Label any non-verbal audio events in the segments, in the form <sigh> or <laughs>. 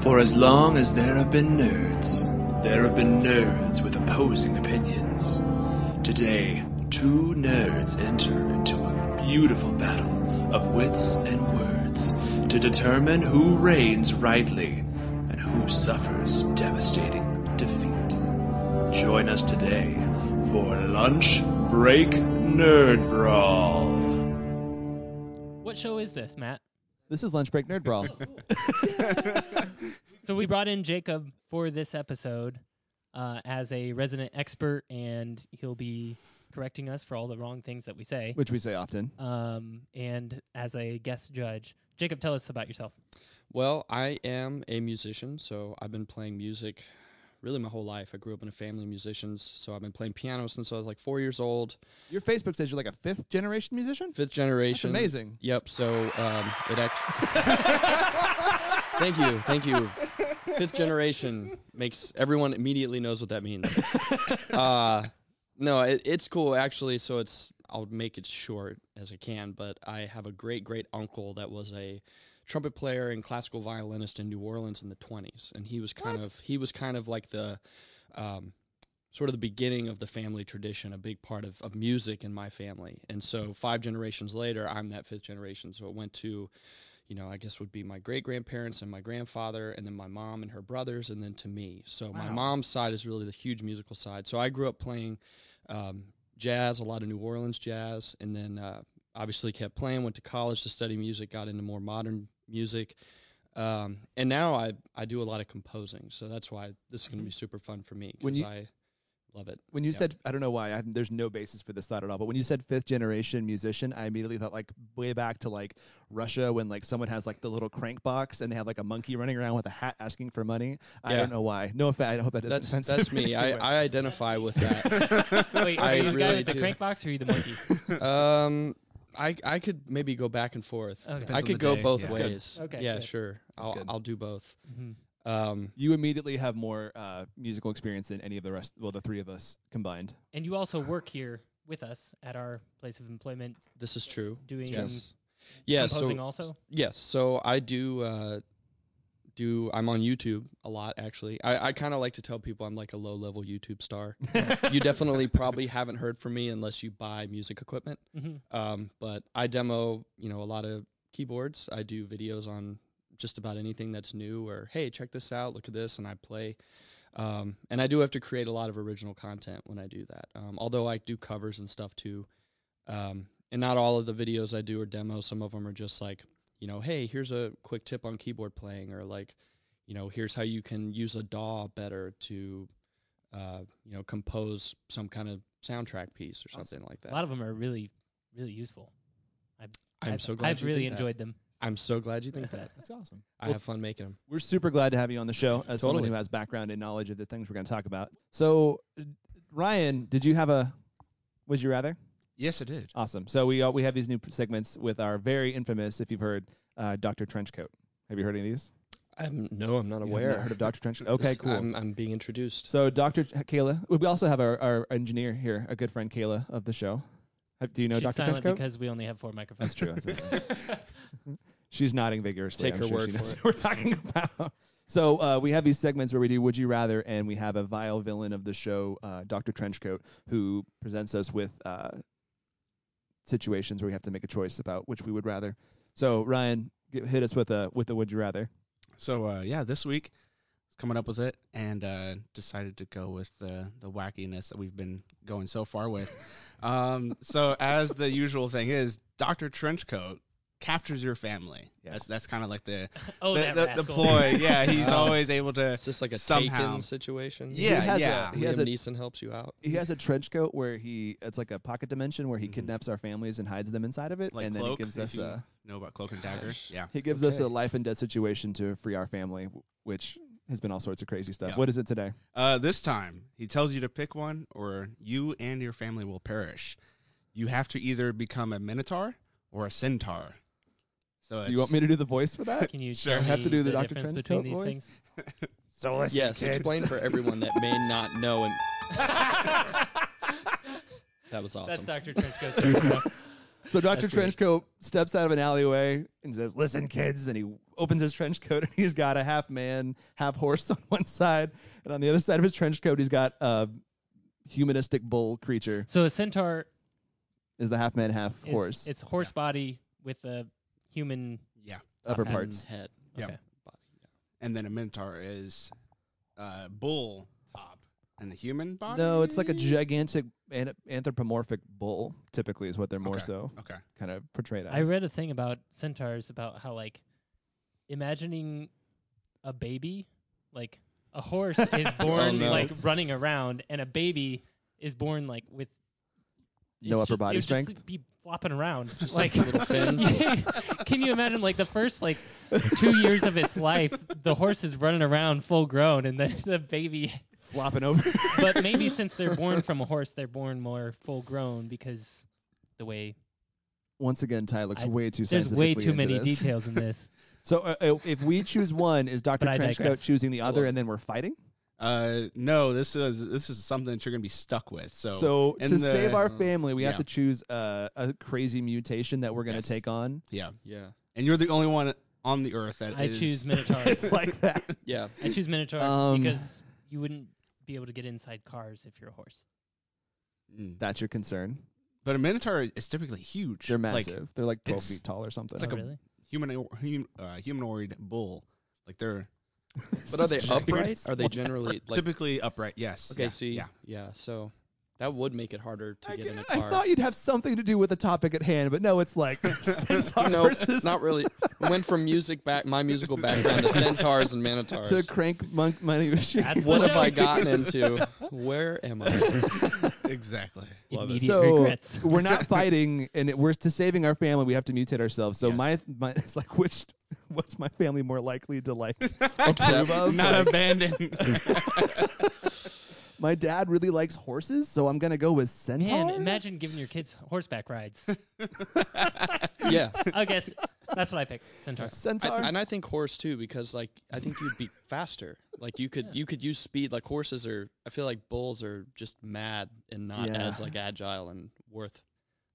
For as long as there have been nerds, there have been nerds with opposing opinions. Today, two nerds enter into a beautiful battle of wits and words to determine who reigns rightly and who suffers devastating defeat. Join us today for Lunch Break Nerd Brawl. What show is this, Matt? This is Lunch Break Nerd Brawl. <laughs> So we brought in Jacob for this episode uh, as a resident expert, and he'll be correcting us for all the wrong things that we say. which we say often. Um, and as a guest judge, Jacob, tell us about <laughs> yourself. Well, I am a musician, so I've been playing music really my whole life. I grew up in a family of musicians, so I've been playing piano since I was like four years old. Your Facebook says you're like a fifth generation musician? Fifth generation. amazing. Yep. So um, it actually. thank you, thank you. Fifth generation makes everyone immediately knows what that means. Uh, no, it, it's cool actually. So it's I'll make it short as I can, but I have a great great uncle that was a trumpet player and classical violinist in New Orleans in the twenties, and he was kind of he was kind of like the. Um, sort of the beginning of the family tradition, a big part of, of music in my family. And so five generations later, I'm that fifth generation. So it went to, you know, I guess would be my great grandparents and my grandfather, and then my mom and her brothers, and then to me. So my mom's side is really the huge musical side. So I grew up playing um, jazz, a lot of New Orleans jazz, and then uh, obviously kept playing, went to college to study music, got into more modern music. Um, and now I, I do a lot of composing, so that's why this is going to be super fun for me When because you- I love it. When you Yeah. said, I don't know why, I, there's no basis for this thought at all, but when you said fifth generation musician, I immediately thought like way back to like Russia when like someone has like the little crank box and they have like a monkey running around with a hat asking for money. I Yeah. don't know why. No offense. I hope that isn't That's offensive <laughs> that's me. I, anyway. I identify with that. Wait, are I you the guy really with the do. crank box or are you the <laughs> monkey? um, I I could maybe go back and forth. Depends I on the could go day. both Yeah. ways. Okay, Yeah, good. sure. I'll good. I'll do both. Mhm. Um, you immediately have more uh, musical experience than any of the rest, well, the three of us combined. and you also work here with us at our place of employment, this is true. doing Yes. Yes. composing so also. Yes. So I do uh, do I'm on YouTube a lot actually. I, I kind of like to tell people I'm like a low level YouTube star. you definitely probably haven't heard from me unless you buy music equipment. Mhm. Um, but I demo you know a lot of keyboards. I do videos on just about anything that's new or hey check this out look at this and I play. Um, and I do have to create a lot of original content when I do that. Um, although I do covers and stuff too. Um, and not all of the videos I do are demos. Some of them are just like, you know, hey, here's a quick tip on keyboard playing, or like, you know, here's how you can use a DAW better to, uh, you know, compose some kind of soundtrack piece or something like A that. lot of them are really, really useful. I'm I've- so glad I've you really think that. enjoyed them. I'm so glad you think that. That's awesome. I have fun making them. We're super glad to have you on the show as someone Totally. who has background and knowledge of the things we're going to talk about. So, uh, Ryan, did you have a would you rather? Yes, I did. Awesome. So we uh, we have these new segments with our very infamous, if you've heard, uh, Doctor Trenchcoat. Have you heard any of these? I'm no, I'm not You have not aware. heard of Doctor <laughs> Trenchcoat? Okay, This- cool. I'm, I'm being introduced. so Doctor uh, Kayla, we also have our, our engineer here, a good friend Kayla of the show. Have- Do you know She's Doctor silent Trenchcoat? because we only have four microphones. That's true. <laughs> She's nodding vigorously. Take I'm her sure word she knows for it. What we're talking about. <laughs> So uh, we have these segments where we do "Would You Rather," and we have a vile villain of the show, uh, Doctor Trenchcoat, who presents us with uh, situations where we have to make a choice about which we would rather. So Ryan, get, hit us with a with a "Would You Rather." So uh, yeah, this week coming up with it and uh, decided to go with the the wackiness that we've been going so <laughs> far with. um, so as the usual thing is, Doctor Trenchcoat captures your family. Yes. That's that's kind of like the Oh, the, that the- the rascal. ploy. <laughs> Yeah, he's Oh. Uh-huh. always able to. Is this like a Somehow. Taken situation? Yeah, He has a- yeah. he has Liam a- Neeson helps you out. He has a trench coat where he it's like a pocket dimension where he kidnaps our families and hides them inside of it, Mm-hmm. like and then cloak. he gives if us you a know about cloak and dagger. Gosh. Yeah. he gives us Okay. a life and death situation to free our family, w- which has been all sorts of crazy stuff. Yeah. What is it today? Uh, this time, he tells you to pick one, or you and your family will perish. You have to either become a minotaur or a centaur. So Do you want me to do the voice for that? Can you Sure. tell I have me to do the Dr. difference Trenchcoat between these voice? things? <laughs> So listen, Yes, <laughs> explain <laughs> for everyone that may not know. And that was That's <laughs> awesome. Dr. Trenchcoat's. So Dr. That's great. Trenchcoat steps out of an alleyway and says, Listen, kids. And he opens his trench coat <laughs> and he's got a half man, half horse <laughs> on one side. And on the other side of his trench coat, he's got a humanistic bull creature, So a centaur is the half man, half is horse it's horse body with a human. Yeah. upper and- parts. head. Yeah. Okay. And then a minotaur is uh, bull top and the human body. No, it's like a gigantic an- anthropomorphic bull, typically, is what they're more Okay. so Okay. kind of portrayed I as. read a thing about centaurs about how like imagining a baby, like a <laughs> horse is Oh, born no. like running around, and a baby is born like with No it's upper just- body it would just strength? be flopping around, Just like like little <laughs> fins. Can you imagine like the first like two years of its life, the horse is running around full grown, and the, the baby. <laughs> flopping over. <laughs> But maybe since they're born from a horse, they're born more full grown because the way Once again, Ty looks I- way too there's way scientifically too into many this. details in this. So uh, uh, if we choose one, is Dr. But I Trenchcoat digress. choosing the other and then we're fighting? Uh, no, this is this is something that you're gonna be stuck with. So So in to the- save our family, we have yeah. to choose uh, a crazy mutation that we're going to Yes. take on. yeah, yeah. and you're the only one on the earth that I is- <laughs> choose Minotaur. It's like <laughs> that. Yeah. I choose Minotaur Um, because you wouldn't be able to get inside cars if you're a horse. Mm. That's your concern. But a minotaur is typically huge. They're Like, massive. They're like 12 it's- feet tall or something. it's like oh, a- really? human, hum, uh, humanoid bull. Like they're But are <laughs> they Just upright? giant Are they generally like typically upright. Yes. Okay, Yeah, see. Yeah. Yeah, so that would make it harder to I, get in a I car. thought you'd have something to do with the topic at hand, but no, it's <laughs> like <laughs> centaur no, versus not <laughs> really. Went from music back my musical background to centaurs and minotaurs. to crank monk money machine. That's what the have I joke. gotten into? Where am <laughs> I? <laughs> Exactly. Immediate so regrets. <laughs> we're not fighting, and it, we're to saving our family. We have to mutate ourselves. So my my <laughs> it's like which what's my family more likely to like <laughs> approve of? Not abandoned. my dad really likes horses, so I'm gonna go with centaur. Man, imagine giving your kids horseback rides. <laughs> Yeah. I guess that's what I picked. Centaur. I, centaur. and I think horse too, because like I think you'd be faster. Like you could you could use speed. Like horses are. I feel like bulls are just mad and not Yeah. as like agile and worth.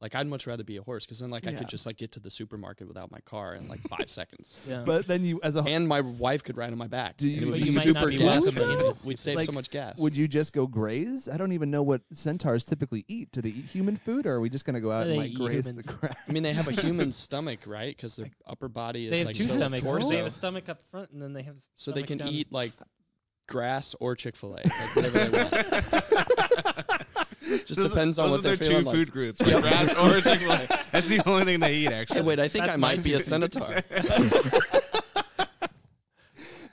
Like I'd much rather be a horse because then like I Yeah. could just like get to the supermarket without my car in like five seconds, Yeah. but then you, as a, and my wife could ride on my back. Do and you- it would But be you might super not be gas. welcome in and this We'd save Like, so much gas. would you just go graze? I don't even know what centaurs typically eat. Do they eat human food, or are we just gonna go out and They like eat graze humans. the grass? I mean, they have a human stomach, right? Because their upper body is they have like two so stomachs. Torso. They have a stomach up front, and then they have. a so they stomach can down- eat like grass or Chick Fil A, like whatever they <laughs> want. just Those are- depends on what those they're are their feeling two like. food groups. Like grass <laughs> or Chick-fil-A. That's the only <laughs> thing they eat, actually. Hey, wait, I think That's I might my be a dude. senator. <laughs> <laughs>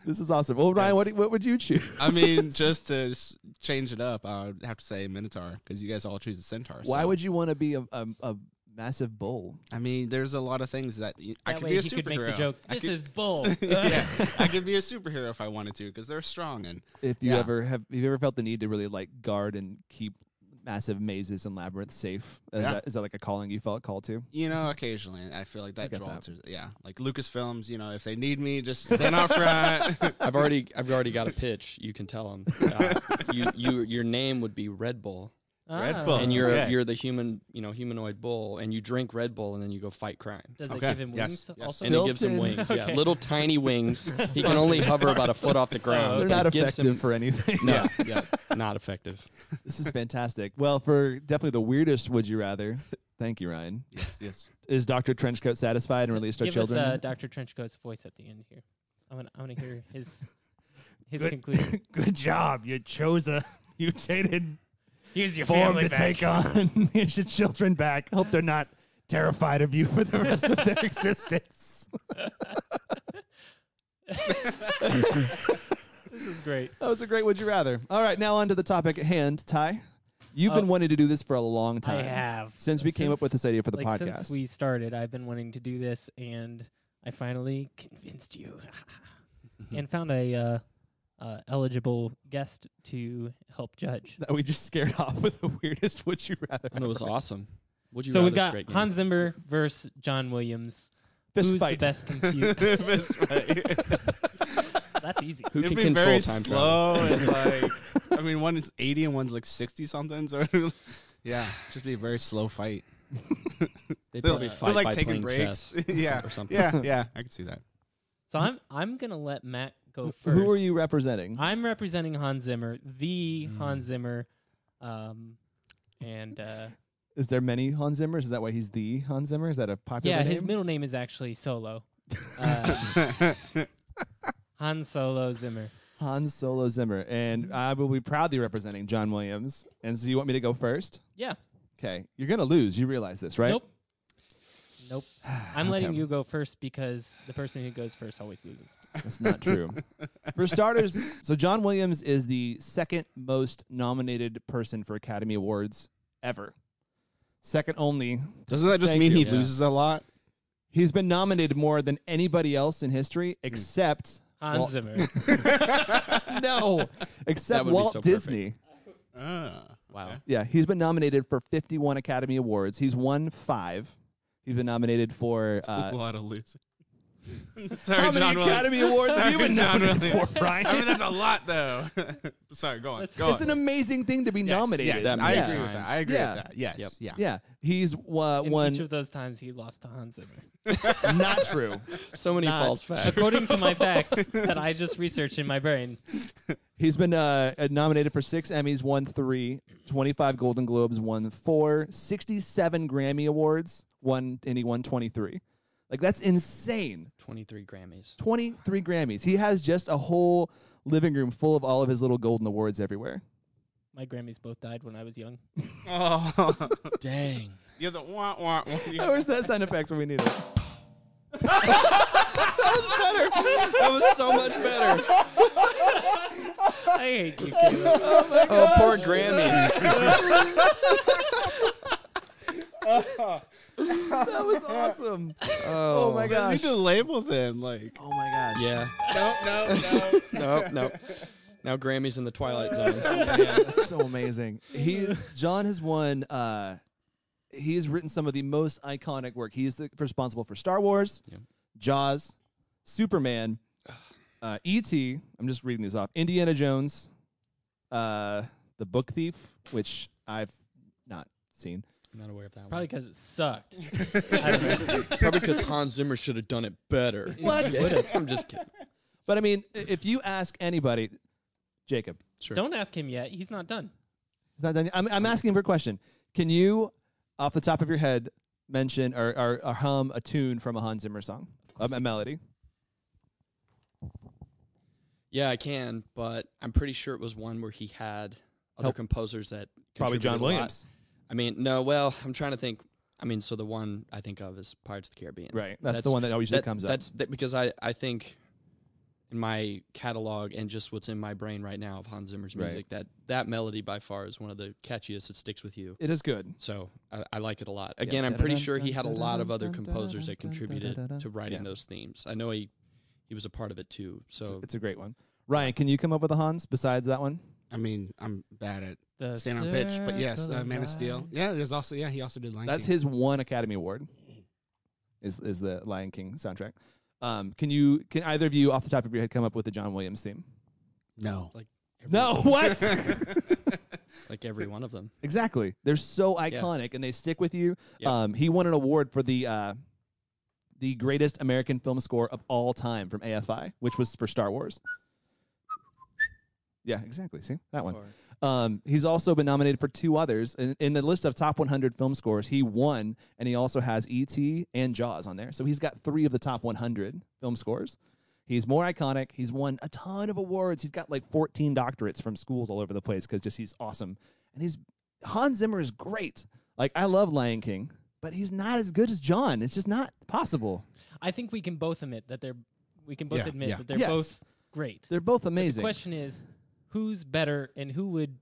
This is awesome. Well, Ryan, what, do- what would you choose? <laughs> I mean, just to s- change it up, I would have to say Minotaur because you guys all choose a centaur. Why so- would you want to be a, a, a massive bull? I mean? There's a lot of things that y- I That could way be a he superhero. could make the joke. I This could- is <laughs> bull. <laughs> yeah, I could be a superhero if I wanted to because they're strong and If you Yeah. ever have, have you ever felt the need to really like guard and keep massive mazes and labyrinths safe? Is, Yeah. that, is that like a calling you felt called to? you know occasionally I feel like that get draws. that. to- Yeah, like Lucasfilms. You know, if they need me, just stand out <laughs> front. Oh. I've already, I've already got a pitch. You can tell <laughs> them. Uh, you, you, your name would be Red Bull, Red Ah. Bull. and you're, Okay. you're the human, you know, humanoid bull, and you drink Red Bull, and then you go fight crime. Does Okay, it give him yes, wings? yes. Also, And it gives him Built in. wings, yeah, Okay. little tiny wings. He can only hover about a foot off the ground. They're but not it gives effective him- for anything. <laughs> No, yeah, not effective. this is fantastic. Well, for definitely the weirdest, would you rather? Thank you, Ryan. yes, yes. Is Doctor Trenchcoat satisfied and released our give children? us uh, Dr. Trenchcoat's voice at the end here. I want, I want to hear his his conclusion. Good job. You chose a <laughs> mutated Here's your form to take on. <laughs> Here's your children back. Hope they're not terrified of you for the rest of their <laughs> existence. This is great. That was a great Would You Rather. All right, now on to the topic at hand. Ty, you've been Oh. wanting to do this for a long I time. have Since we came up with this idea for the like, podcast. Since we started, I've been wanting to do this, and I finally convinced you, <laughs> and found a uh, uh, eligible guest to help judge. that we just scared <laughs> off with the weirdest Would You Rather. And it was awesome. Would you So rather we've this got great game? Hans Zimmer versus John Williams. Fist Who's fight. the <laughs> best computer? That's easy. <laughs> who can It'd be control very time travel. slow and like <laughs> <laughs> I mean, one's eighty and one's like sixty something. So yeah, just be a very slow fight. They They'll- probably they'll, fight like by playing taking breaks. chess yeah, or something. yeah, yeah. I can see that. So I'm I'm gonna let Matt go first. Who are you Mm. representing? I'm representing Hans Zimmer, the Hans Zimmer, um, and uh, Is there many Hans Zimmers? Is that why he's the Hans Zimmer? Is that a popular yeah, name? his middle name is actually <laughs> Solo. Uh, Han Solo Zimmer. Hans Solo Zimmer, Mm-hmm. and I will be proudly representing John Williams. And so you want me to go first? Yeah. Okay, you're gonna lose. You realize this, right? Nope. <sighs> Nope. I'm letting Okay. you go first because the person who goes first always loses. That's not <laughs> true. for starters, so John Williams is the second most nominated person for Academy Awards ever. Second only. Doesn't that just Thank mean you. he Yeah. loses a lot? He's been nominated more than anybody else in history, Hmm. <laughs> except Hans Walt- <laughs> Zimmer. no, except That would be Walt so perfect. Disney. Uh, Wow. Yeah, he's been nominated for 51 Academy Awards. He's won five. He's been nominated for. a Uh, lot of losing. <laughs> Sorry, how many John Williams. Academy <laughs> Awards have Sorry, you been John nominated Williams. for, Brian? I mean, that's a lot, though. <laughs> Sorry, go on. That's- go it's on. an amazing thing to be Yes, nominated. Yes, That I many agree with that. times. I agree Yeah. with that. Yes. Yep. Yeah. Yeah, he's uh, In won. each of those times, he lost to Hans Zimmer. <laughs> Uh, <laughs> not true. <laughs> So many Not- false facts. According to <laughs> my facts that I just researched in my brain, He's been uh, uh, nominated for six Emmys, won three, 25 Golden Globes, won four, 67 Grammy Awards, won, and he won 23. Like, that's insane. 23 Grammys. 23 Grammys. He has just a whole living room full of all of his little golden awards everywhere. <laughs> my Grammys both died when I was young. Oh, <laughs> Dang. you're the wah wah. wah. You- Where's that sound effects when we need it? That was so much better. I hate you, Caleb. <laughs> Oh, poor Grammys. That was <laughs> awesome. Oh, my <laughs> You need gosh. to label them like. Oh my gosh. Yeah. No, no, no. No, no. Now Grammys in the Twilight Zone. That's so amazing. He John has won uh he's written some of the most iconic work. He's the, responsible for Star Wars, Yep. Jaws, Superman, uh E.T. I'm just reading these off. Indiana Jones, uh The Book Thief, which I've not seen. I'm not aware of that Probably one. because it <laughs> sucked. I don't know. Probably because Hans Zimmer should have done it <laughs> better. What? He would've. I'm just kidding. But I mean, i- if you ask anybody, Jacob, Sure. Don't ask him yet. He's not done. It's not done yet. I'm, I'm asking for a question. Can you, off the top of your head, mention or, or, or hum a tune from a Hans Zimmer song, a, a melody? Yeah, I can, but I'm pretty sure it was one where he had other Help. composers that Probably contributed John a lot. Williams. I mean, no. Well, I'm trying to think. I mean, so the one I think of is Pirates of the Caribbean. Right. That's, the one that always that- comes up. That's that, because I I think in my catalog and just what's in my brain right now of Hans Zimmer's Right. music that that melody by far is one of the catchiest. It sticks with you. It is good. So I, I like it a lot. Again, I'm pretty sure he had a lot of other composers that contributed to writing Yeah. those themes. I know he he was a part of it too. It's, So it's a great one. Ryan, can you come up with a Hans besides that one? I mean, I'm bad at The staying on pitch, but yes, circle uh, Man of Steel. life. Yeah, there's also yeah, he also did Lion That's King. his one Academy Award. Is is the Lion King soundtrack? Um, can you can either of you off the top of your head come up with a John Williams theme? No, like every, No, <laughs> what? like every one of them. Exactly. They're so iconic and they stick with you. Yeah. Um, he won an award for the uh, the greatest American film score of all time from AFI, which was for Star Wars. Yeah, exactly. See that one. Um, he's also been nominated for two others in, in the list of top 100 film scores. He won, and he also has E.T. and Jaws on there. So he's got three of the top 100 film scores. He's more iconic. He's won a ton of awards. He's got like 14 doctorates from schools all over the place because just he's awesome. And he's Hans Zimmer is great. Like I love Lion King, but he's not as good as John. It's just not possible. I think we can both admit that they're we can both Yeah, admit yeah. that they're Yes. both great. They're both The amazing. question is, who's better, and who would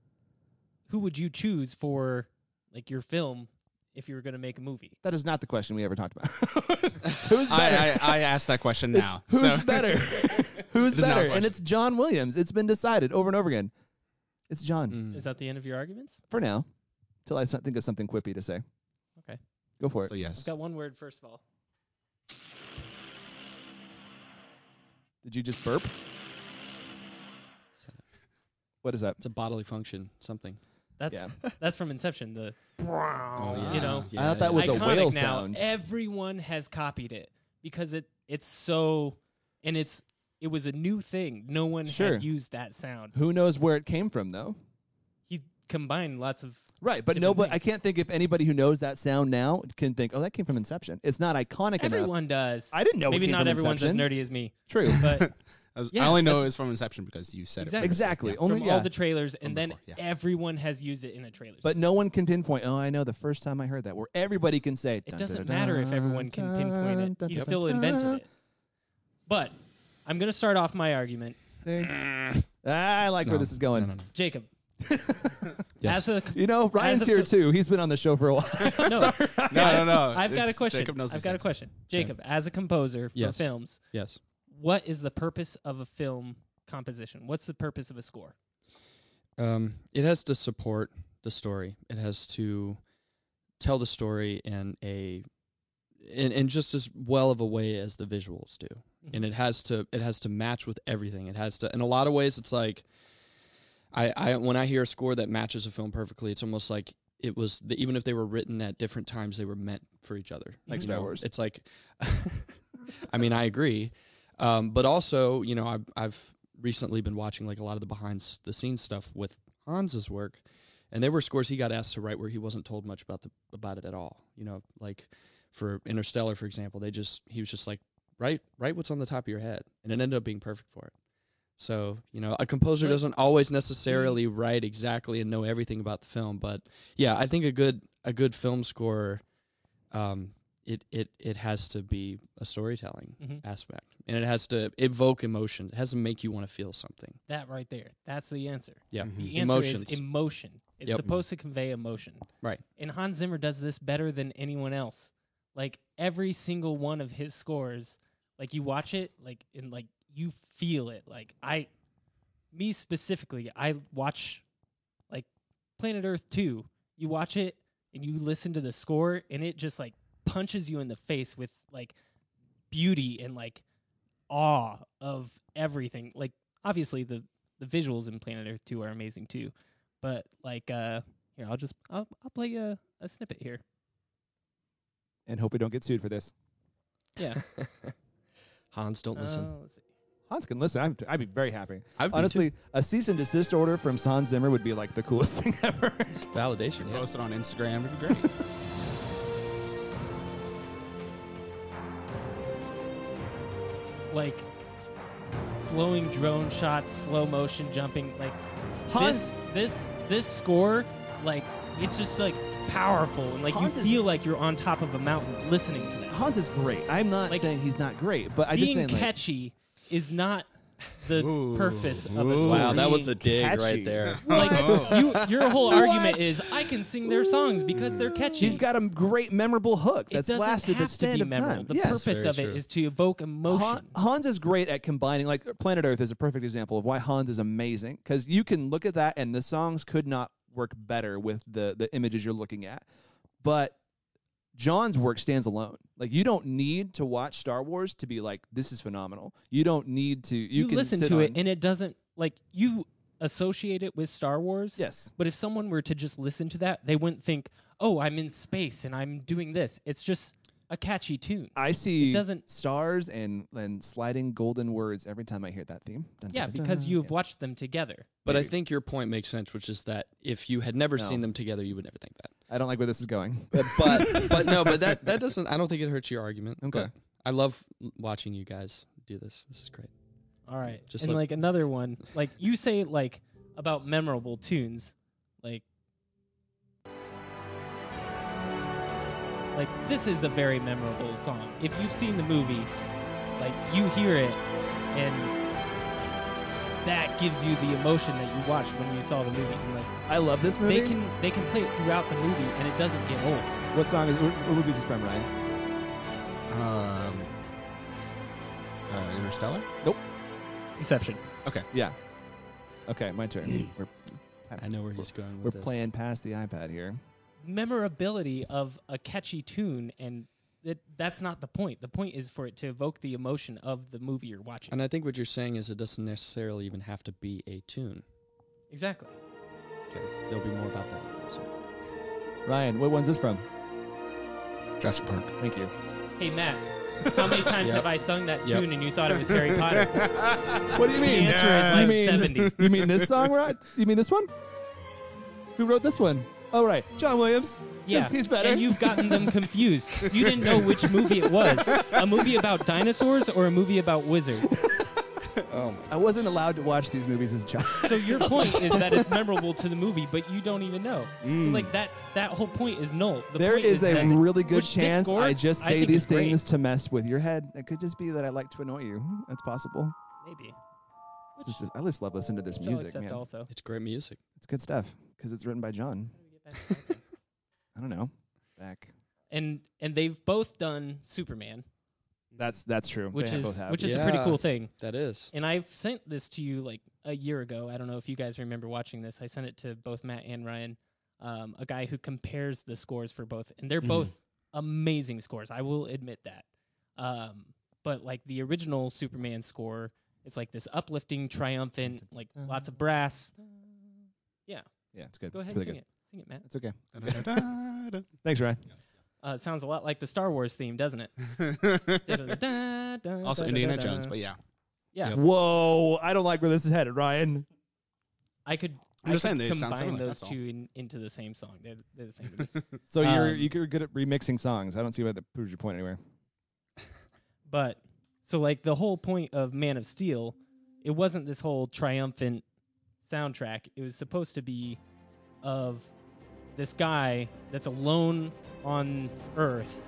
who would you choose for like your film if you were going to make a movie? that is not the question we ever talked about. <laughs> Who's better? I, I I asked that question now. Who's <laughs> so- <laughs> better? Who's It is not a better? question. And it's John Williams. It's been decided over and over again. It's John Mm. Is that the end of your arguments? for now, till I so- think of something quippy to say. Okay. Go for it. So yes, I've got one word first of all. Did you just burp? What is that? It's a bodily function, something. That's <laughs> that's from Inception. The Oh, you know, I thought that was a iconic whale now. sound. Everyone has copied it because it it's so and it's it was a new thing. No one Sure. had used that sound. Who knows where it came from though? He combined lots of Right, but Different no, but I things. can't think if anybody who knows that sound now can think, oh, that came from Inception. It's not iconic enough. everyone does. I didn't know. it Maybe came not from everyone's Inception. as nerdy as <laughs> me, <laughs> True. but I, was- I Yeah, only know that's- it was from Inception because you said Exactly. it. exactly. Only from yeah. all the trailers, and then before, yeah. everyone has used it in a trailer. but no one can pinpoint. Oh, I know the first time I heard that. Where everybody can say It doesn't matter if everyone can pinpoint it. He still invented it. But I'm going to start off my argument. it. Ah, I like where this is going. Jacob, as Yes. a You know, Ryan's a here fil- too. He's been on the show for a while. <laughs> no, No, no, no. <laughs> I've got a It's- question. Jacob knows I've this got a answer. question. Jacob, as a composer for Yes. films, yes. what is the purpose of a film composition? What's the purpose of a score? Um, it has to support the story. It has to tell the story in a in, in just as well of a way as the visuals do. Mm-hmm. And it has to it has to match with everything. It has to in a lot of ways it's like I, I when I hear a score that matches a film perfectly, it's almost like it was the, even if they were written at different times, they were meant for each other. Like you Star know? Wars. It's like, <laughs> I mean, I agree, um, but also, you know, I've I've recently been watching like a lot of the behind s- the scenes stuff with Hans's work, and there were scores he got asked to write where he wasn't told much about the about it at all. You know, like for Interstellar, for example, they just he was just like write write what's on the top of your head, and it ended up being perfect for it. So you know, a composer Right. doesn't always necessarily write exactly and know everything about the film, but yeah, I think a good a good film score, um, it it it has to be a storytelling Mhm. aspect, and it has to evoke emotion. It has to make you want to feel something. That right there. That's the answer. Yeah, The answer emotions. is emotion. It's Yep. supposed to convey emotion. Right. And Hans Zimmer does this better than anyone else. Like every single one of his scores, like you watch it, like and like you feel it. Like I me specifically, I watch like Planet Earth 2. You watch it and you listen to the score and it just like punches you in the face with like beauty and like awe of everything. Like obviously the the visuals in Planet Earth 2 are amazing too. But like uh here, I'll just I'll, I'll play a, a snippet here. and hope we don't get sued for this. <laughs> Yeah. Hans, don't listen. Uh, let's see. Hans can listen. I'm, I'd be very happy. I'd be Honestly, a cease and desist order from Hans Zimmer would be like the coolest <laughs> thing ever. It's validation. Yeah. Post it on Instagram. It'd be great. like f- flowing drone shots, slow motion jumping, like Hans- this this this score, like it's just like powerful and like Hans you is- feel like you're on top of a mountain listening to that. Hans is great. I'm not Like, saying he's not great, but I just Being saying like, catchy is not <laughs> the purpose of a Ooh. score. Wow, that was a Being dig catchy. right there. <laughs> like you, your whole argument is I can sing their songs because they're catchy. he's got a great, memorable hook it that's doesn't lasted the have to stand be of memorable. time. The yes. purpose Very of it true. is to evoke emotion. Han- Hans is great at combining, like Planet Earth is a perfect example of why Hans is amazing because you can look at that and the songs could not work better with the the images you're looking at. But John's work stands alone. Like you don't need to watch Star Wars to be like this is phenomenal. You don't need to. You, you, can listen sit to it on- and it doesn't like you associate it with Star Wars. Yes. But if someone were to just listen to that, they wouldn't think, "Oh, I'm in space and I'm doing this." It's just a catchy tune. I see doesn't- stars and and sliding golden words every time I hear that theme. Dun, yeah, dun, dun, because dun. you've watched them together. But I think your point makes sense, which is that if you had never No. seen them together, you would never think that. I don't like where this is going. Uh, <laughs> But but no, but that that doesn't. I don't think it hurts your argument. Okay. but I love watching you guys do this. This is great. All right. Just and like- like another one, like you say like about memorable tunes, like like this is a very memorable song. If you've seen the movie, like you hear it and that gives you the emotion that you watched when you saw the movie. And like I love this movie. they can they can play it throughout the movie and it doesn't get old. what song is? What, what movie is this from, Ryan? Um, uh, Interstellar. Inception. Yeah. Okay, my turn. We're I know where he's going. With we're this. playing past the iPad here. memorability of a catchy tune and that that's not the point. The point is for it to evoke the emotion of the movie you're watching. And I think what you're saying is it doesn't necessarily even have to be a tune. exactly. Okay, there'll be more about that. So. Ryan, what one's this from? Jurassic Park. Thank you. Hey, Matt, how <laughs> many times Yep. have I sung that Yep. tune and you thought it was Harry Potter? What do you The mean? answer Yeah. You is mean like <laughs> 70. You mean this song, right? You mean this one? Who wrote this one? Oh, right, John Williams. Yeah, He's- he's better. And you've gotten them confused. You didn't know which movie it was a movie about dinosaurs or a movie about wizards. Oh, I wasn't allowed to watch these movies as a <laughs> child. So your point is that it's memorable to the movie, but you don't even know. So, like, that, that whole point is null. The Mm. There point is a that- really good which this chance score, I just say think these is great. things to mess with your head. It could just be that I like to annoy you. That's possible. Maybe. This is just- I just love listening to this Which I'll music, accept man. also. it's great music. <laughs> It's good stuff because it's written by John. I don't know. Back. And, and they've both done Superman, That's that's true. which They is both have. which is a pretty Yeah. cool thing. That is. And I've sent this to you like a year ago. I don't know if you guys remember watching this. I sent it to both Matt and Ryan, um, a guy who compares the scores for both, and Mm-hmm. they're Mhm. both amazing scores. I will admit that. Um, but like the original Superman score, it's like this uplifting, triumphant, like lots of brass. yeah, it's good. Go ahead it's and sing really it. Sing it, Matt. good. It's <laughs> okay. Da-da-da-da-da. Thanks, Ryan. Uh, it sounds a lot like the Star Wars theme, doesn't it? Da-da-da-da, <laughs> also Indiana da-da-da-da. Jones, but yeah. yeah, Whoa, I don't like where this is headed, Ryan. I could. I'm I just could saying they sound combine similar, those that's all. two in, into the same song. They're, they're the same to me. <laughs> So you're Um, you're good at remixing songs. I don't see where that proves your point anywhere. But so like the whole point of Man of Steel, it wasn't this whole triumphant soundtrack. It was supposed to be of this guy that's alone on Earth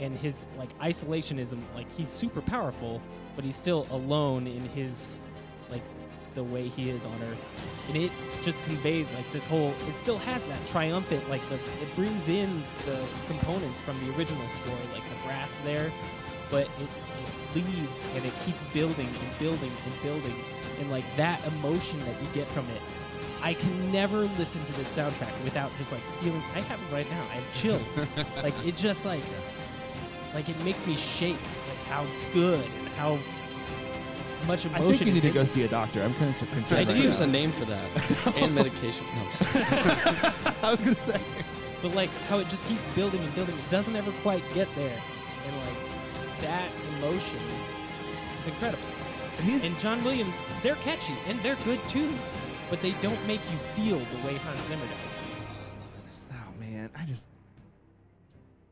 and his like isolationism, like he's super powerful, but he's still alone in his like the way he is on Earth. And it just conveys like this whole it still has that triumphant like the it brings in the components from the original score, like the brass there but it, it leads and it keeps building and building and building and like that emotion that you get from it i can never listen to this soundtrack without just like feeling i have it right now i have chills like it just like like it makes me shake like how good and how much emotion is in it. see a doctor. I'm kind of concerned. I I think do. <laughs> there's a name for <laughs> that. and medication. No, I'm just <laughs> kidding. I was gonna say. but like how it just keeps building and building it doesn't ever quite get there and like that emotion is incredible He's And John Williams, they're catchy and they're good tunes, but they don't make you feel the way Hans Zimmer does. <laughs> oh man, I just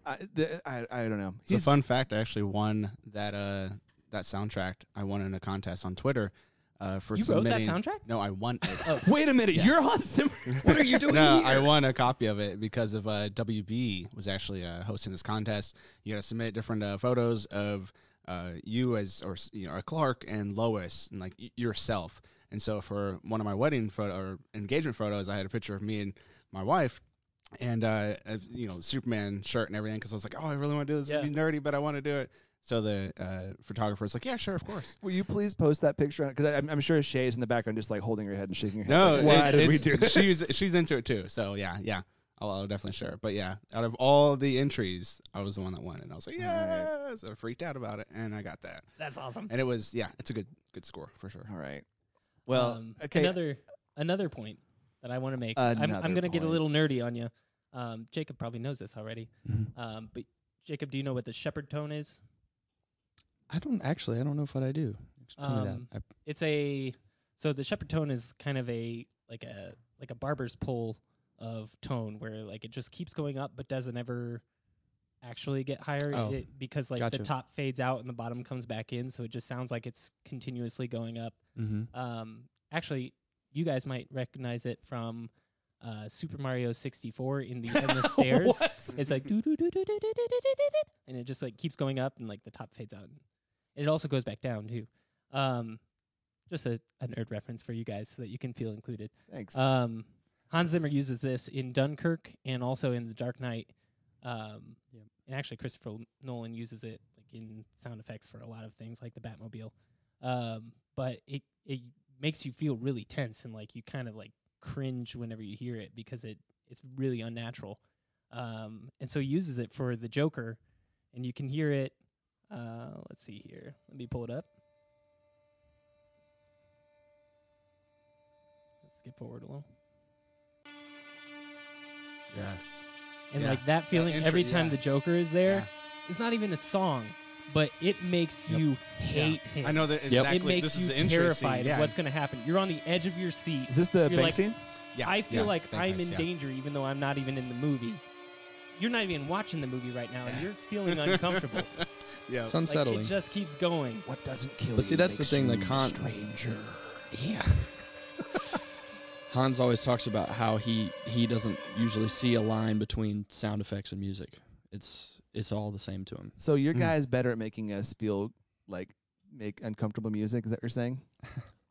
I the, I, I don't know. So He's fun fact, I actually won that uh that soundtrack. I won in a contest on Twitter uh for You wrote that submitting. soundtrack? No, I won <laughs> it. Wait a minute, you're on Zimmer. what are you doing no, here? I won a copy of it because of uh, WB was actually uh, hosting this contest. You got to submit different uh, photos of uh, you as or you know Clark and Lois and like y- yourself. And so for one of my wedding photo or engagement photos, I had a picture of me and my wife. And uh, uh, you know, Superman shirt and everything, because I was like, "Oh, I really want to do this. Yeah. It'd be nerdy, but I want to do it." So the uh, photographer was like, "Yeah, sure, of course." Will you please post that picture? Because I'm, I'm sure Shay's in the background, just like holding her head and shaking her head. No, like, <laughs> why it's- did we it's- do this? She's she's into it too. So yeah, yeah, Oh, I'll, I'll definitely share it. But yeah, out of all the entries, I was the one that won, and I was like, yeah, so I freaked out about it, and I got that, That's awesome. and it was yeah, it's a good good score for sure. All right. Well, Um, okay. Another another point that I want to make. I'm, Another I'm going to get a point. little nerdy on you. Um, Jacob probably knows this already. Um, but Jacob, do you know what the shepherd tone is? I don't actually. I don't know if what I do. Explain Um, that. it's a so the shepherd tone is kind of a like a like a barber's pole of tone where like it just keeps going up but doesn't ever actually get higher Oh, it, because like gotcha. the top fades out and the bottom comes back in so it just sounds like it's continuously going up I, mm-hmm. um actually you guys might recognize it from uh super mario 64 in the endless stairs it's like doo doo doo doo doo doo doo doo doo doo doo, and it just like keeps going up and like the top fades out. It also goes back down too. Um, just a, a nerd reference for you guys so that you can feel included. Thanks. Um, Hans Zimmer uses this in Dunkirk and also in The Dark Knight. Um, Yep. And actually, Christopher Nolan uses it like in sound effects for a lot of things, like the Batmobile. Um, but it it makes you feel really tense and like you kind of like cringe whenever you hear it because it it's really unnatural. Um, and so he uses it for the Joker, and you can hear it. Uh, let's see here. Let me pull it up. Let's skip forward a little. Yes. And Yeah. like that feeling intro- every time yeah. the Joker is there, Yeah. it's not even a song, but it makes you hate him. I know that Yep. exactly. It makes this you is the intro terrified Scene. Yeah. of what's going to happen. You're on the edge of your seat. Is this the You're bank like- scene? yeah, I feel yeah, like thank I'm goodness, in yeah. danger, even though I'm not even in the movie. You're not even watching the movie right now, and Yeah. you're <laughs> feling uncomfortable. Like, Yeah. <laughs> It's unsettling. it just keeps going. What doesn't kill But see, you that's the makes thing that you Kant- stranger. Yeah. <laughs> Hans always talks about how he he doesn't usually see a line between sound effects and music. It's it's all the same to him. So your Mm. guy's better at making us feel like make uncomfortable music. Is that what you're saying?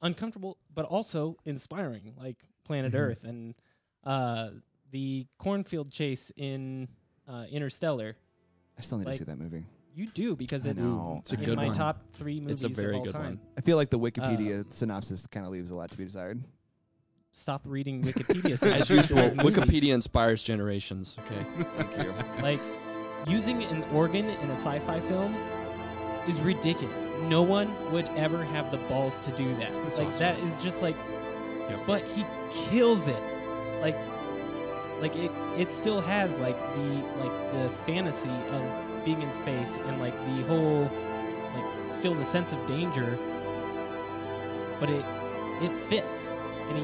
Uncomfortable, but also inspiring, like Planet Mhm. Earth and uh, the cornfield chase in uh, Interstellar. I still need to Like- see that movie. You do because I it's know. It's a in good my one. top three movies It's a very of all good time. one. I feel like the Wikipedia synopsis kind of leaves a lot to be desired. Stop <laughs> reading Wikipedia. <laughs> As synopses usual, of movies. Wikipedia inspires generations. Okay. Thank you. Like using an organ in a sci-fi film is ridiculous. No one would ever have the balls to do that. That's like awesome. that is just like Yep. but he kills it. Like like it it still has like the like the fantasy of being in space and like the whole like still the sense of danger but it it fits and he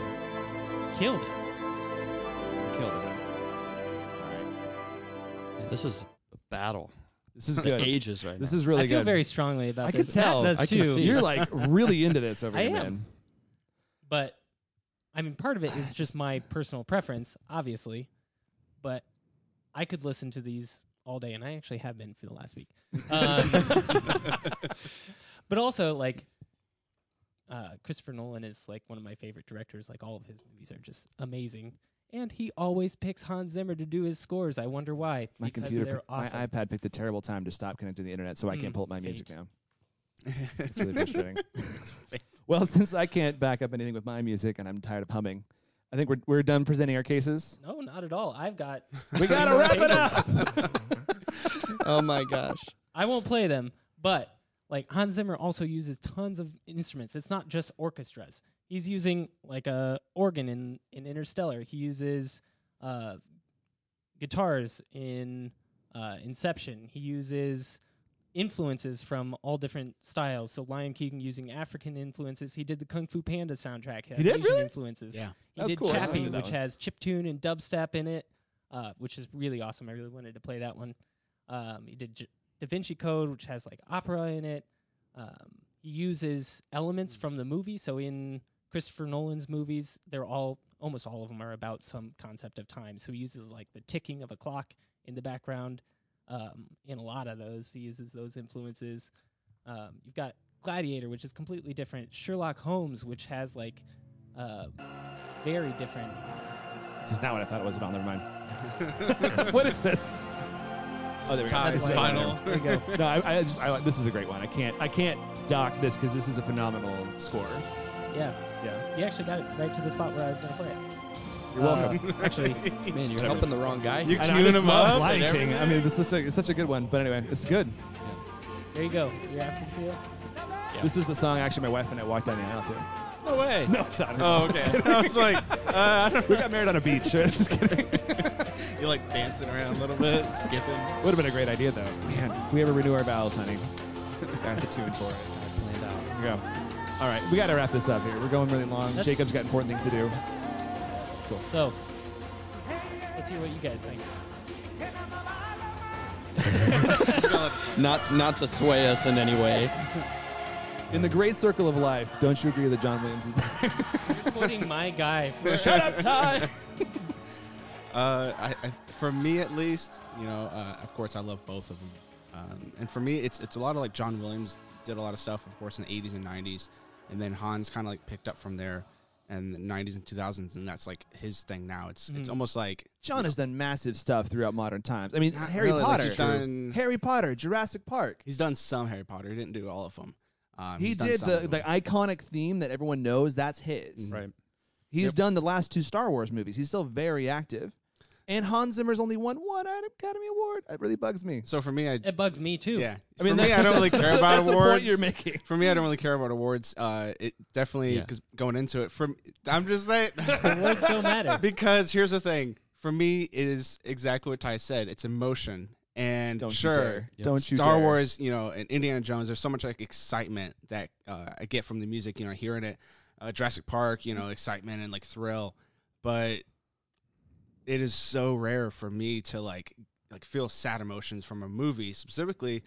killed it. Killed it. All right. Man, this is a battle. <laughs> This <laughs> is The good. ages right This now. is really I feel good. very strongly about I this. could tell. Matt does I can too. see. <laughs> You're like really into this over I here, am. man. but I mean, part of it is just my personal preference, obviously. But I could listen to these all day, and I actually have been for the last week. Um, <laughs> but also, like, uh, Christopher Nolan is like one of my favorite directors. Like, all of his movies are just amazing, and he always picks Hans Zimmer to do his scores. I wonder why. My because computer, they're picked- awesome. my iPad picked a terrible time to stop connecting to the internet, so I can't Mm, pull up my music fate. now. It's really frustrating. well, since I can't back up anything with my music, and I'm tired of humming, I think we're we're done presenting our cases. no, not at all. I've got. We gotta wrap it up. <laughs> oh my gosh. I won't play them, but like Hans Zimmer also uses tons of instruments. It's not just orchestras. He's using like a organ in in Interstellar. He uses uh, guitars in uh, Inception. He uses influences from all different styles. So Lion King using African influences. He did the Kung Fu Panda soundtrack. Had He did? Asian Really? influences. Yeah. He That's did cool. I didn't Chappie, know that which one. has chiptune and dubstep in it, uh, which is really awesome. I really wanted to play that one. Um, he did J- Da Vinci Code, which has like opera in it. Um, he uses elements from the movie. So in Christopher Nolan's movies, they're all almost all of them are about some concept of time. So he uses like the ticking of a clock in the background. Um, in a lot of those, he uses those influences. Um, you've got Gladiator, which is completely different. Sherlock Holmes, which has like uh, very different. This is not what I thought it was at all. Never mind. <laughs> what is this? Oh, there we go. Todd That's Spinal. There we go. No, I, I just I, like- this is a great one. I can't I can't dock this because this is a phenomenal score. Yeah, Yeah. you actually got it right to the spot where I was going to play it. You're Uh, welcome. <laughs> actually, Man, you're helping the wrong guy. here. I know, I Queuing just him love up Lion and King. I mean, this is a, it's such a good one. But anyway, it's good. there you go. Your afterfeel. This is the song actually my wife and I walked down the aisle to. <laughs> no way. No, it's not. Oh, okay. I was like, uh, I don't <laughs> We got married on a beach. <laughs> Just kidding. know. you like dancing around a little bit, skipping. Would have been a great idea though. Man, if we ever renew our vows, honey. I have the two and four. Planned out. Here we go. All right, we got to wrap this up here. We're going really long. That's- Jacob's got important things to do. So, let's hear what you guys think. Not not to sway us in any way. In the great circle of life, don't you agree that John Williams is <laughs> Quoting my guy. Shut up, Todd. Uh, I, I, for me at least, you know, uh, of course I love both of them, um, and for me it's it's a lot of like John Williams did a lot of stuff, of course, in the '80s and '90s, and then Hans kind of like picked up from there, and the '90s and 2000s, and that's like his thing now. It's it's Mhm. almost like Mm-hmm. John has done massive stuff throughout modern times. I mean, Not Harry really, like, Potter, he's done- Harry Potter, Jurassic Park. he's done some Harry Potter, he didn't do all of them. Um, He he's done did some the of the 'em. iconic theme that everyone knows. That's his. Mm-hmm. Right. He's Yep. done the last two Star Wars movies. He's still very active. And Hans Zimmer's only won one Academy Award. That really bugs me. so for me, I It bugs me too. yeah, I mean, for me that- I <laughs> don't really care about that's the awards. point you're making. For me, I don't really care about awards. Uh, it definitely <laughs> Yeah. because going into it, from I'm just saying. Words don't matter. Because here's the thing. for me, it is exactly what Ty said. It's emotion. And Don't sure, you dare. Yep. Don't you Star dare. Wars, you know, and Indiana Jones. There's so much like excitement that uh, I get from the music. You know, hearing it, uh, Jurassic Park. You know, excitement and like thrill, but it is so rare for me to like like feel sad emotions from a movie, specifically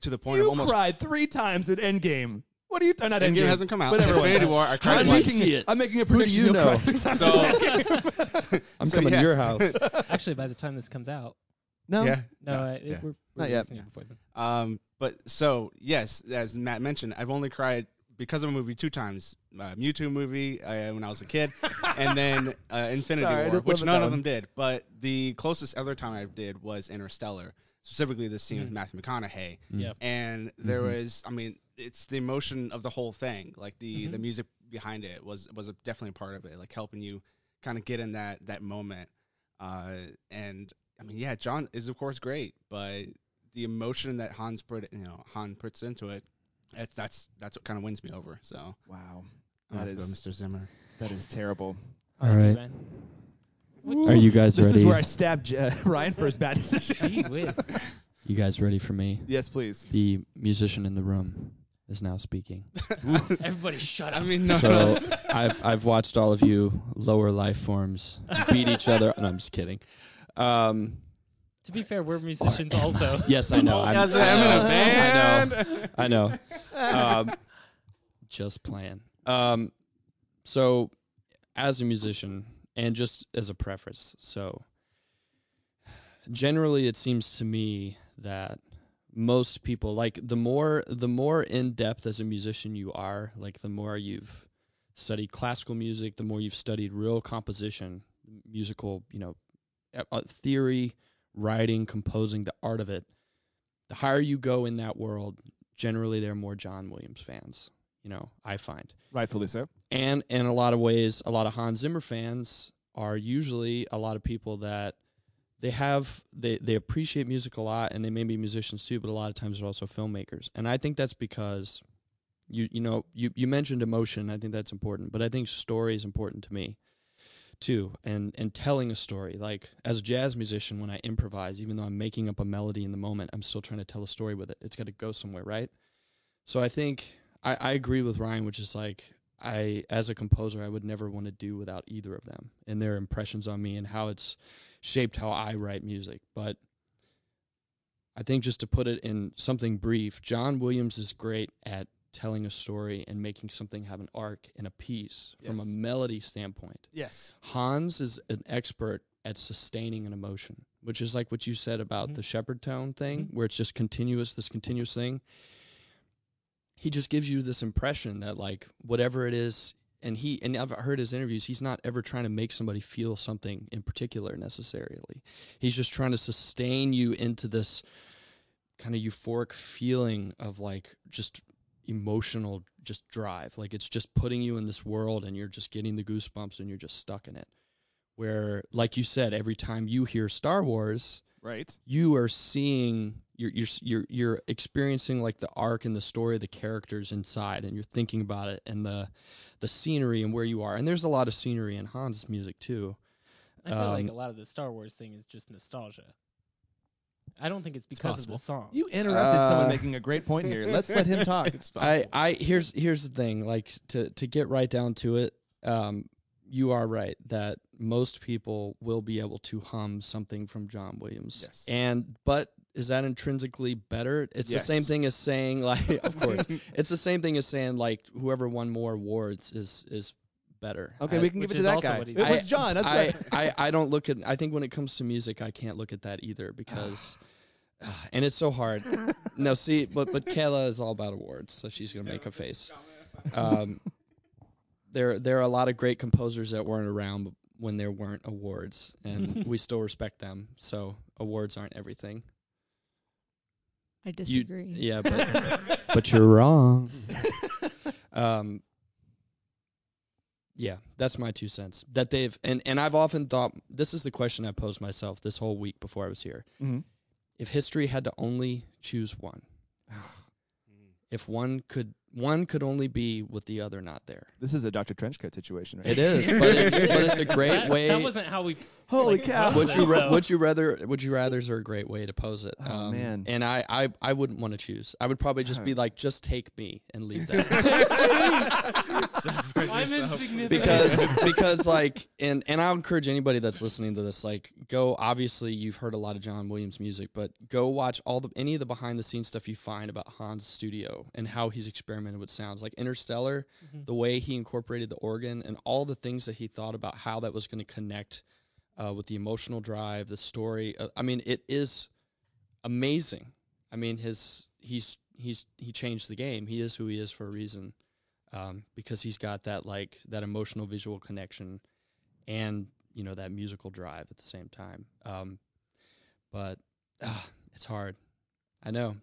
to the point You of almost. cried three times at Endgame. What are you? Uh, not Endgame Endgame hasn't come out. Whatever. it was. Infinity War. I How cried do <laughs> you once. see it? I'm making a Who do prediction. you You'll cry know? three times So- at Endgame. I'm So, coming to your yes. house. Actually, by the time this comes out, <laughs> no. <laughs> Yeah. no, Yeah, I, it- yeah. we're, we're Not yet. releasing it before then. Um, but so yes, as Matt mentioned, I've only cried because of a movie two times: uh, Mewtwo movie uh, when I was <laughs> a kid, and then uh, Infinity Sorry, I War, just which love it, none that of one. them did. But the closest other time I did was Interstellar, specifically the Mm-hmm. scene with Matthew McConaughey. Yeah. And there was, I mean, it's the emotion of the whole thing. Like the the music behind it was was a, definitely a part of it, like helping you kind of get in that that moment. Uh, and I mean, yeah, John is of course great, but the emotion that Hans put, you know, Han puts into it, that's that's that's what kind of wins me over. So Wow. I That have to go, is Mr. Zimmer. that is terrible. All right, right. Ryan. Are you guys This ready? is where I stabbed uh, <laughs> Ryan for his bad Gee decision. whiz. <laughs> you guys ready for me? yes, please. The musician in the room is now speaking. Everybody, shut I up. mean, no, So I've I've watched all of you lower life forms beat each other. No, I'm just kidding. Um, To be fair, we're <laughs> musicians also. <laughs> yes, I know. I'm, Yes, I I'm in a know, band. I know. I know. Um, just playing. Um, so, as a musician, and just as a preference, so generally, it seems to me that most people like the more the more in depth as a musician you are, like the more you've studied classical music, the more you've studied real composition, musical, you know, uh, uh, theory, writing, composing, the art of it. The higher you go in that world, generally there are more John Williams fans, you know, I find. Rightfully so. And in a lot of ways, a lot of Hans Zimmer fans are usually a lot of people that they have they, they appreciate music a lot and they may be musicians too, but a lot of times they're also filmmakers. And I think that's because you you know, you, you mentioned emotion, I think that's important, but I think story is important to me too and and telling a story like as a jazz musician when i improvise even though i'm making up a melody in the moment i'm still trying to tell a story with it it's got to go somewhere right so i think I, I agree with ryan which is like i as a composer i would never want to do without either of them and their impressions on me and how it's shaped how i write music but i think just to put it in something brief john williams is great at telling a story and making something have an arc and a piece from a Yes. melody standpoint Yes. Hans is an expert at sustaining an emotion, which is like what you said about the shepherd tone thing, where it's just continuous, this continuous thing. He just gives you this impression that like whatever it is, and he and I've heard his interviews, he's not ever trying to make somebody feel something in particular necessarily. He's just trying to sustain you into this kind of euphoric feeling of like just emotional just drive like it's just putting you in this world and you're just getting the goosebumps and you're just stuck in it where like you said every time you hear star wars Right. you are seeing you're you're you're, you're experiencing like the arc and the story of the characters inside and you're thinking about it and the the scenery and where you are and there's a lot of scenery in hans music too I feel like Um, a lot of the Star Wars thing is just nostalgia. I don't think it's because of possible. the song. You interrupted someone Uh, making a great point here. Let's let him <laughs> talk. I, I here's here's the thing. Like to to get right down to it, um, you are right that most people will be able to hum something from John Williams. Yes. And but is that intrinsically better? It's the same Yes. thing as saying like, <laughs> of course, <laughs> it's the same thing as saying like whoever won more awards is is better. <laughs> Okay, I- we can Which give it to is that also guy. what he's- It I- was John. That's I, right. I, I don't look at I think when it comes to music I can't look at <sighs> that either because <sighs> ah, and it's so hard. <laughs> No, see, but but Kayla is all about awards, so she's gonna make a face. Um, <laughs> there there are a lot of great composers that weren't around when there weren't awards, and we still respect them. So awards aren't everything. I You- disagree. yeah, but, but you're wrong. um, yeah, that's my two cents. That they've and and I've often thought this is the question I posed myself this whole week before I was here. Mhm. If history had to only choose one, if one could one could only be with the other not there. This is a Dr. Trenchcoat situation, right? It is, but it's, but it's a great that, way. That wasn't how we. Holy like, cow. processed <laughs> would you ra- that. would you rather would you rather's are a great way to pose it. Um, Oh, man. Uh-huh. and I, I I wouldn't want to choose. I would probably just be like, just take me and <laughs> leave that. <laughs> I'm insignificant. because <laughs> because like and and I'll encourage anybody that's listening to this like go obviously you've heard a lot of John Williams music but go watch all the any of the behind the scenes stuff you find about Hans studio and how he's experimented with sounds like Interstellar the way he incorporated the organ and all the things that he thought about how that was going to connect uh, with the emotional drive the story uh, I mean it is amazing I mean his he's he's he changed the game he is who he is for a reason um, because he's got that like that emotional visual connection and you know that musical drive at the same time um, but uh, it's hard i know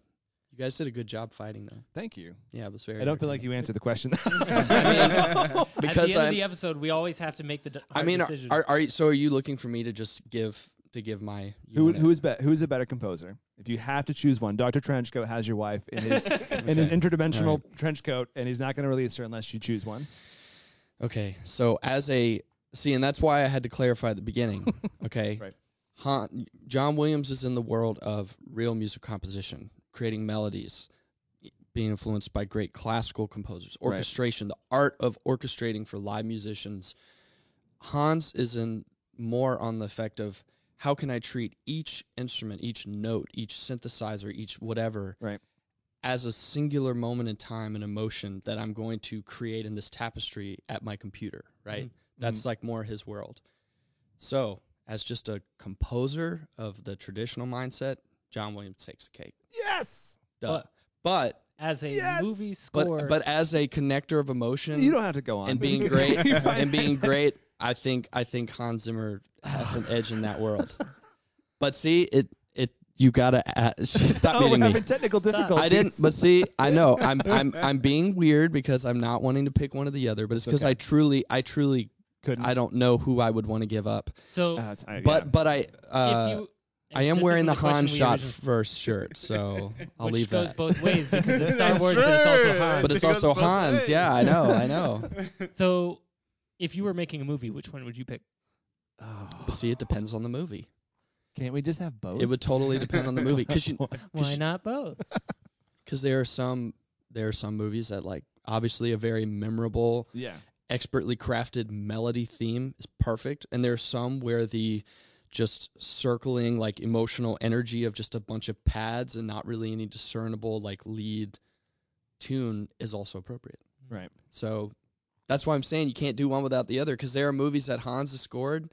you guys did a good job fighting though Thank you. yeah it was very I don't feel like you answered the question. <laughs> At the because end i of the episode, we always have to make the d- i hard mean are, decision. are, are you so are you looking for me to just give to give my you who want it? who is be- who's a better composer? If you have to choose one, Dr. Trenchcoat has your wife in <laughs> his in his Okay. interdimensional All trench coat, and he's not going to release her unless you choose one. Okay, so as a see, and that's why I had to clarify at <laughs> the beginning. Okay, Right. Han, John Williams is in the world of real music composition, creating melodies, being influenced by great classical composers, Right. orchestration, the art of orchestrating for live musicians. Hans is in more on the effect of how can I treat each instrument, each note, each synthesizer, each whatever, Right. as a singular moment in time and emotion that I'm going to create in this tapestry at my computer, right? Mm-hmm. That's like more his world. So, as just a composer of the traditional mindset, John Williams takes the cake. Yes, Duh. But as a Yes! movie but, uh, score, but as a connector of emotion, you don't have to go on. <laughs> and being great and being great. I think I think Hans Zimmer has an edge in <laughs> that world. But see, it it you gotta uh, <laughs> stop oh, we're beating me. having technical difficulties. I didn't, but see, <laughs> I know I'm I'm I'm being weird because I'm not wanting to pick one or the other, but it's because I truly I truly Couldn't. I don't know who I would want to give up. so Uh, it's- I- But yeah. but I uh, if you, I am this wearing isn't the question Han we shot originally- first shirt, <laughs> so I'll which leave goes that. both ways because <laughs> it's Star Wars, but it's also Sure. Han. But it's It goes also both Hans. ways. Yeah, I know, I <laughs> know. so, if you were making a movie, which one would you pick? Oh. But see, it depends on the movie. can't we just have both? It would totally depend on the movie because you <laughs> Why not <laughs> both? because there are some there are some movies that like obviously a very memorable, yeah. expertly crafted melody theme is perfect, and there are some where the just circling like emotional energy of just a bunch of pads and not really any discernible like lead tune is also appropriate. Right. So that's why I'm saying you can't do one without the other because there are movies that Hans has scored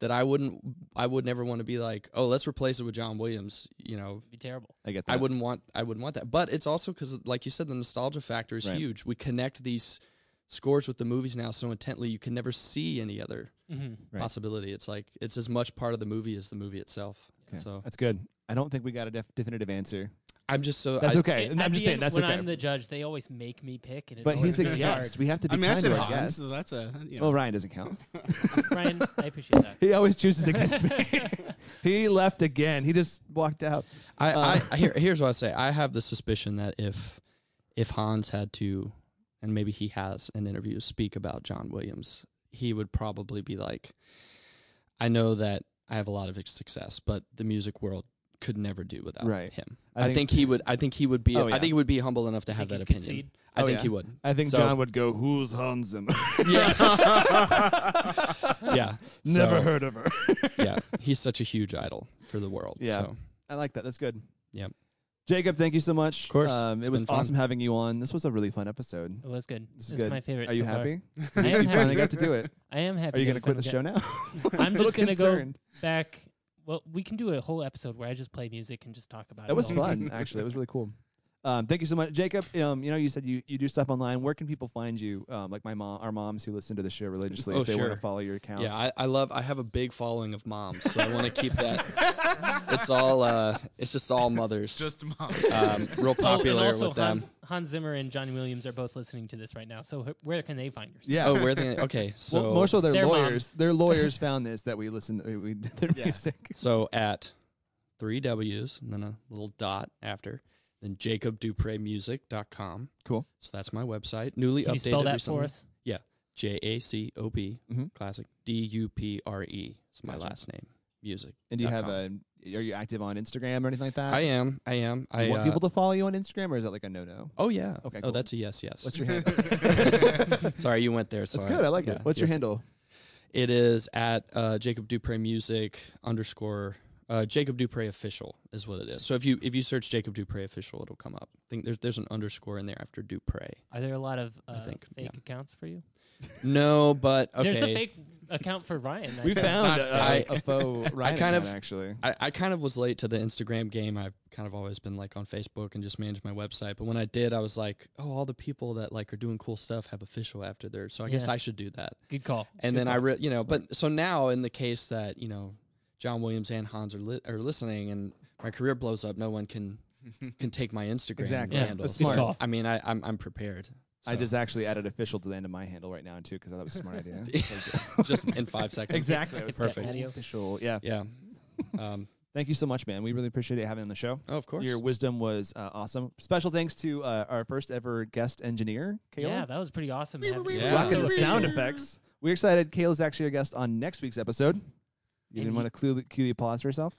that I wouldn't I would never want to be like, oh, let's replace it with John Williams, you know, It'd be terrible. I get that. I wouldn't want I wouldn't want that. But it's also because, like you said, the nostalgia factor is Right. huge. We connect these scores with the movies now so intently you can never see any other Mm-hmm. Right. possibility. It's like it's as much part of the movie as the movie itself. Okay. So That's good. I don't think we got a def- definitive answer. I'm just so That's I, okay. I'm just saying that's when okay. I'm the judge, they always make me pick, and it's but always he's a really guest. We have to be I mean, I kind said to our Hans, guests. so that's a you know. Well, Ryan doesn't count. hard. <laughs> Ryan, I appreciate that. He always chooses against me. <laughs> he left again. He just walked out. I, Uh, I here, here's what I say. I have the suspicion that if if Hans had to, and maybe he has in interviews, speak about John Williams, he would probably be like, "I know that I have a lot of success, but the music world could never do without Right. him." I I think- think, he would. I think he would be. Oh, yeah. I think he would be humble enough to have Think that he'd opinion. concede? I Oh, think yeah. he would. I think So- John would go, "Who's Hans <laughs> Zimmer? Yeah, yeah. Never So, heard of her." Yeah, he's such a huge idol for the world. Yeah. So. I like that. That's good. Yep. Jacob, thank you so much. Of course. Um, it It's was been fun. Oh, awesome having you on. This was a really fun episode. It was good. This This is is good. my favorite. Are you so far. <laughs> happy? I am <laughs> you finally happy. got to do it. I am happy. Are you that going to I quit finally the show now? <laughs> got- <laughs> I'm just going gonna to go back. Well, we can do a whole episode where I just play music and just talk about it. That was all the fun. Actually, that was really cool. Um, thank you so much, Jacob. Um, you know, you said you, you do stuff online. Where can people find you? Um, like my mom, our moms who listen to the show religiously, Oh, if they want sure. to follow your accounts. Yeah, I, I love. I have a big following of moms, so I want to keep that. It's all. uh It's just all mothers. <laughs> Just <laughs> mom. um, real Oh, and popular also with them. Hans, Hans Zimmer and Johnny Williams are both listening to this right now. So h- where can they find yours? yeah. Oh, where they? Okay, so well, more so their, Their lawyers. moms. Their <laughs> lawyers found this that we listened. We, <laughs> we did their music. so at three W's and then a little dot after then jacobdupremusic.com. Cool. So that's my website. Newly Can updated you spell that recently. for us? J A C O B, Mhm. classic. D U P R E. It's my Gotcha. last name. Music. And do you dot have com. a? Are you active on Instagram or anything like that? I am. I am. Do I Uh, you want uh, people to follow you on Instagram, or is that like a no-no? Oh yeah. Okay, Oh, cool. that's a yes. Yes. What's your <laughs> handle? <laughs> Sorry, you went there. So That's good. I like yeah, it. What's your yes. handle? It is at uh, Jacob Dupre Music underscore uh, Jacob Dupre official is what it is. So if you if you search Jacob Dupre official, it'll come up. I think there's there's an underscore in there after Dupre. Are there a lot of uh, think, fake yeah. accounts for you? No, but <laughs> okay. There's a fake account for Ryan. I We think. found not a, <laughs> fake. a faux Ryan kind account, of- actually. I, I kind of was late to the Instagram game. I've kind of always been like on Facebook and just managed my website. But when I did, I was like, oh, all the people that like are doing cool stuff have official after there. So I guess Yeah. I should do that. Good call. And Good then I, call. re- you know, but so now in the case that, you know, John Williams and Hans are, li- are listening and my career blows up, no <laughs> one can can take my Instagram Exactly. Yeah, handle. that's smart. So, Good call. I mean, I, I'm, I'm prepared. I So, just actually added official to the end of my handle right now too because I thought it was a smart idea. <laughs> just <laughs> in five seconds. exactly. <laughs> I was like, Perfect. "Oh, Official. Yeah. Yeah. Um, Thank you so much, man. We really appreciate it having you on the show. oh, of course. Your wisdom was uh, awesome. Special thanks to uh, our first ever guest engineer, Kayla. yeah, that was pretty awesome. having you. Yeah. So Rocking the appreciate sound it. effects. We're excited. Kayla's actually our guest on next week's episode. You And didn't he- want to cue, cue the applause for yourself?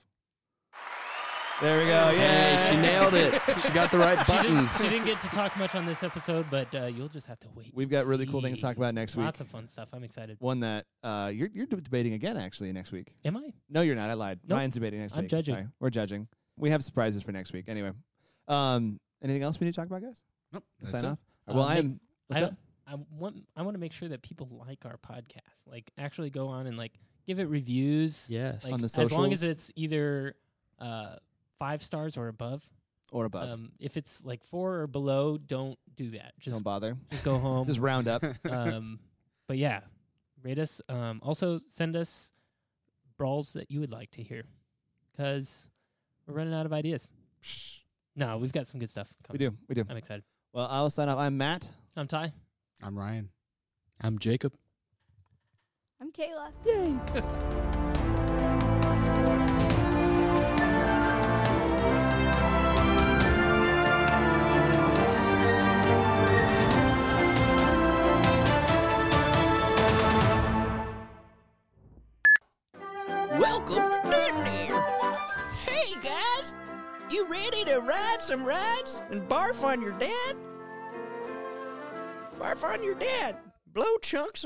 There we go. Hey, Yeah. she nailed it. She got the right She button. didn't, she didn't get to talk much on this episode, but uh, you'll just have to wait. <laughs> We've and got really cool things to see. talk about next week. Lots of fun stuff. I'm excited. One that uh, you're, you're d- debating again, actually, next week. Am I? No, you're not. I lied. Nope. Ryan's debating next I'm week. judging. Sorry. We're judging. We have surprises for next week. Anyway, um, anything else we need to talk about, guys? Nope, that's Sign it. off. Uh, well, make- I'm. What's I, up? I want I want to make sure that people like our podcast. Like actually go on and like give it reviews. Yes. Like, On the as long as socials? it's either uh, five stars or above. Or above. Um, if it's like four or below, don't do that. Just, Don't bother. just go home. Just round <laughs> up. <laughs> um, but yeah, rate us. Um, also send us brawls that you would like to hear, because we're running out of ideas. No, we've got some good stuff. we Coming. do. We do. I'm excited. Well, I'll sign off. I'm Matt. I'm Ty. I'm Ryan. I'm Jacob. I'm Kayla. Welcome to Nerdland! Hey guys! You ready to ride some rides and barf on your dad? Barf on your dad! Blow chunks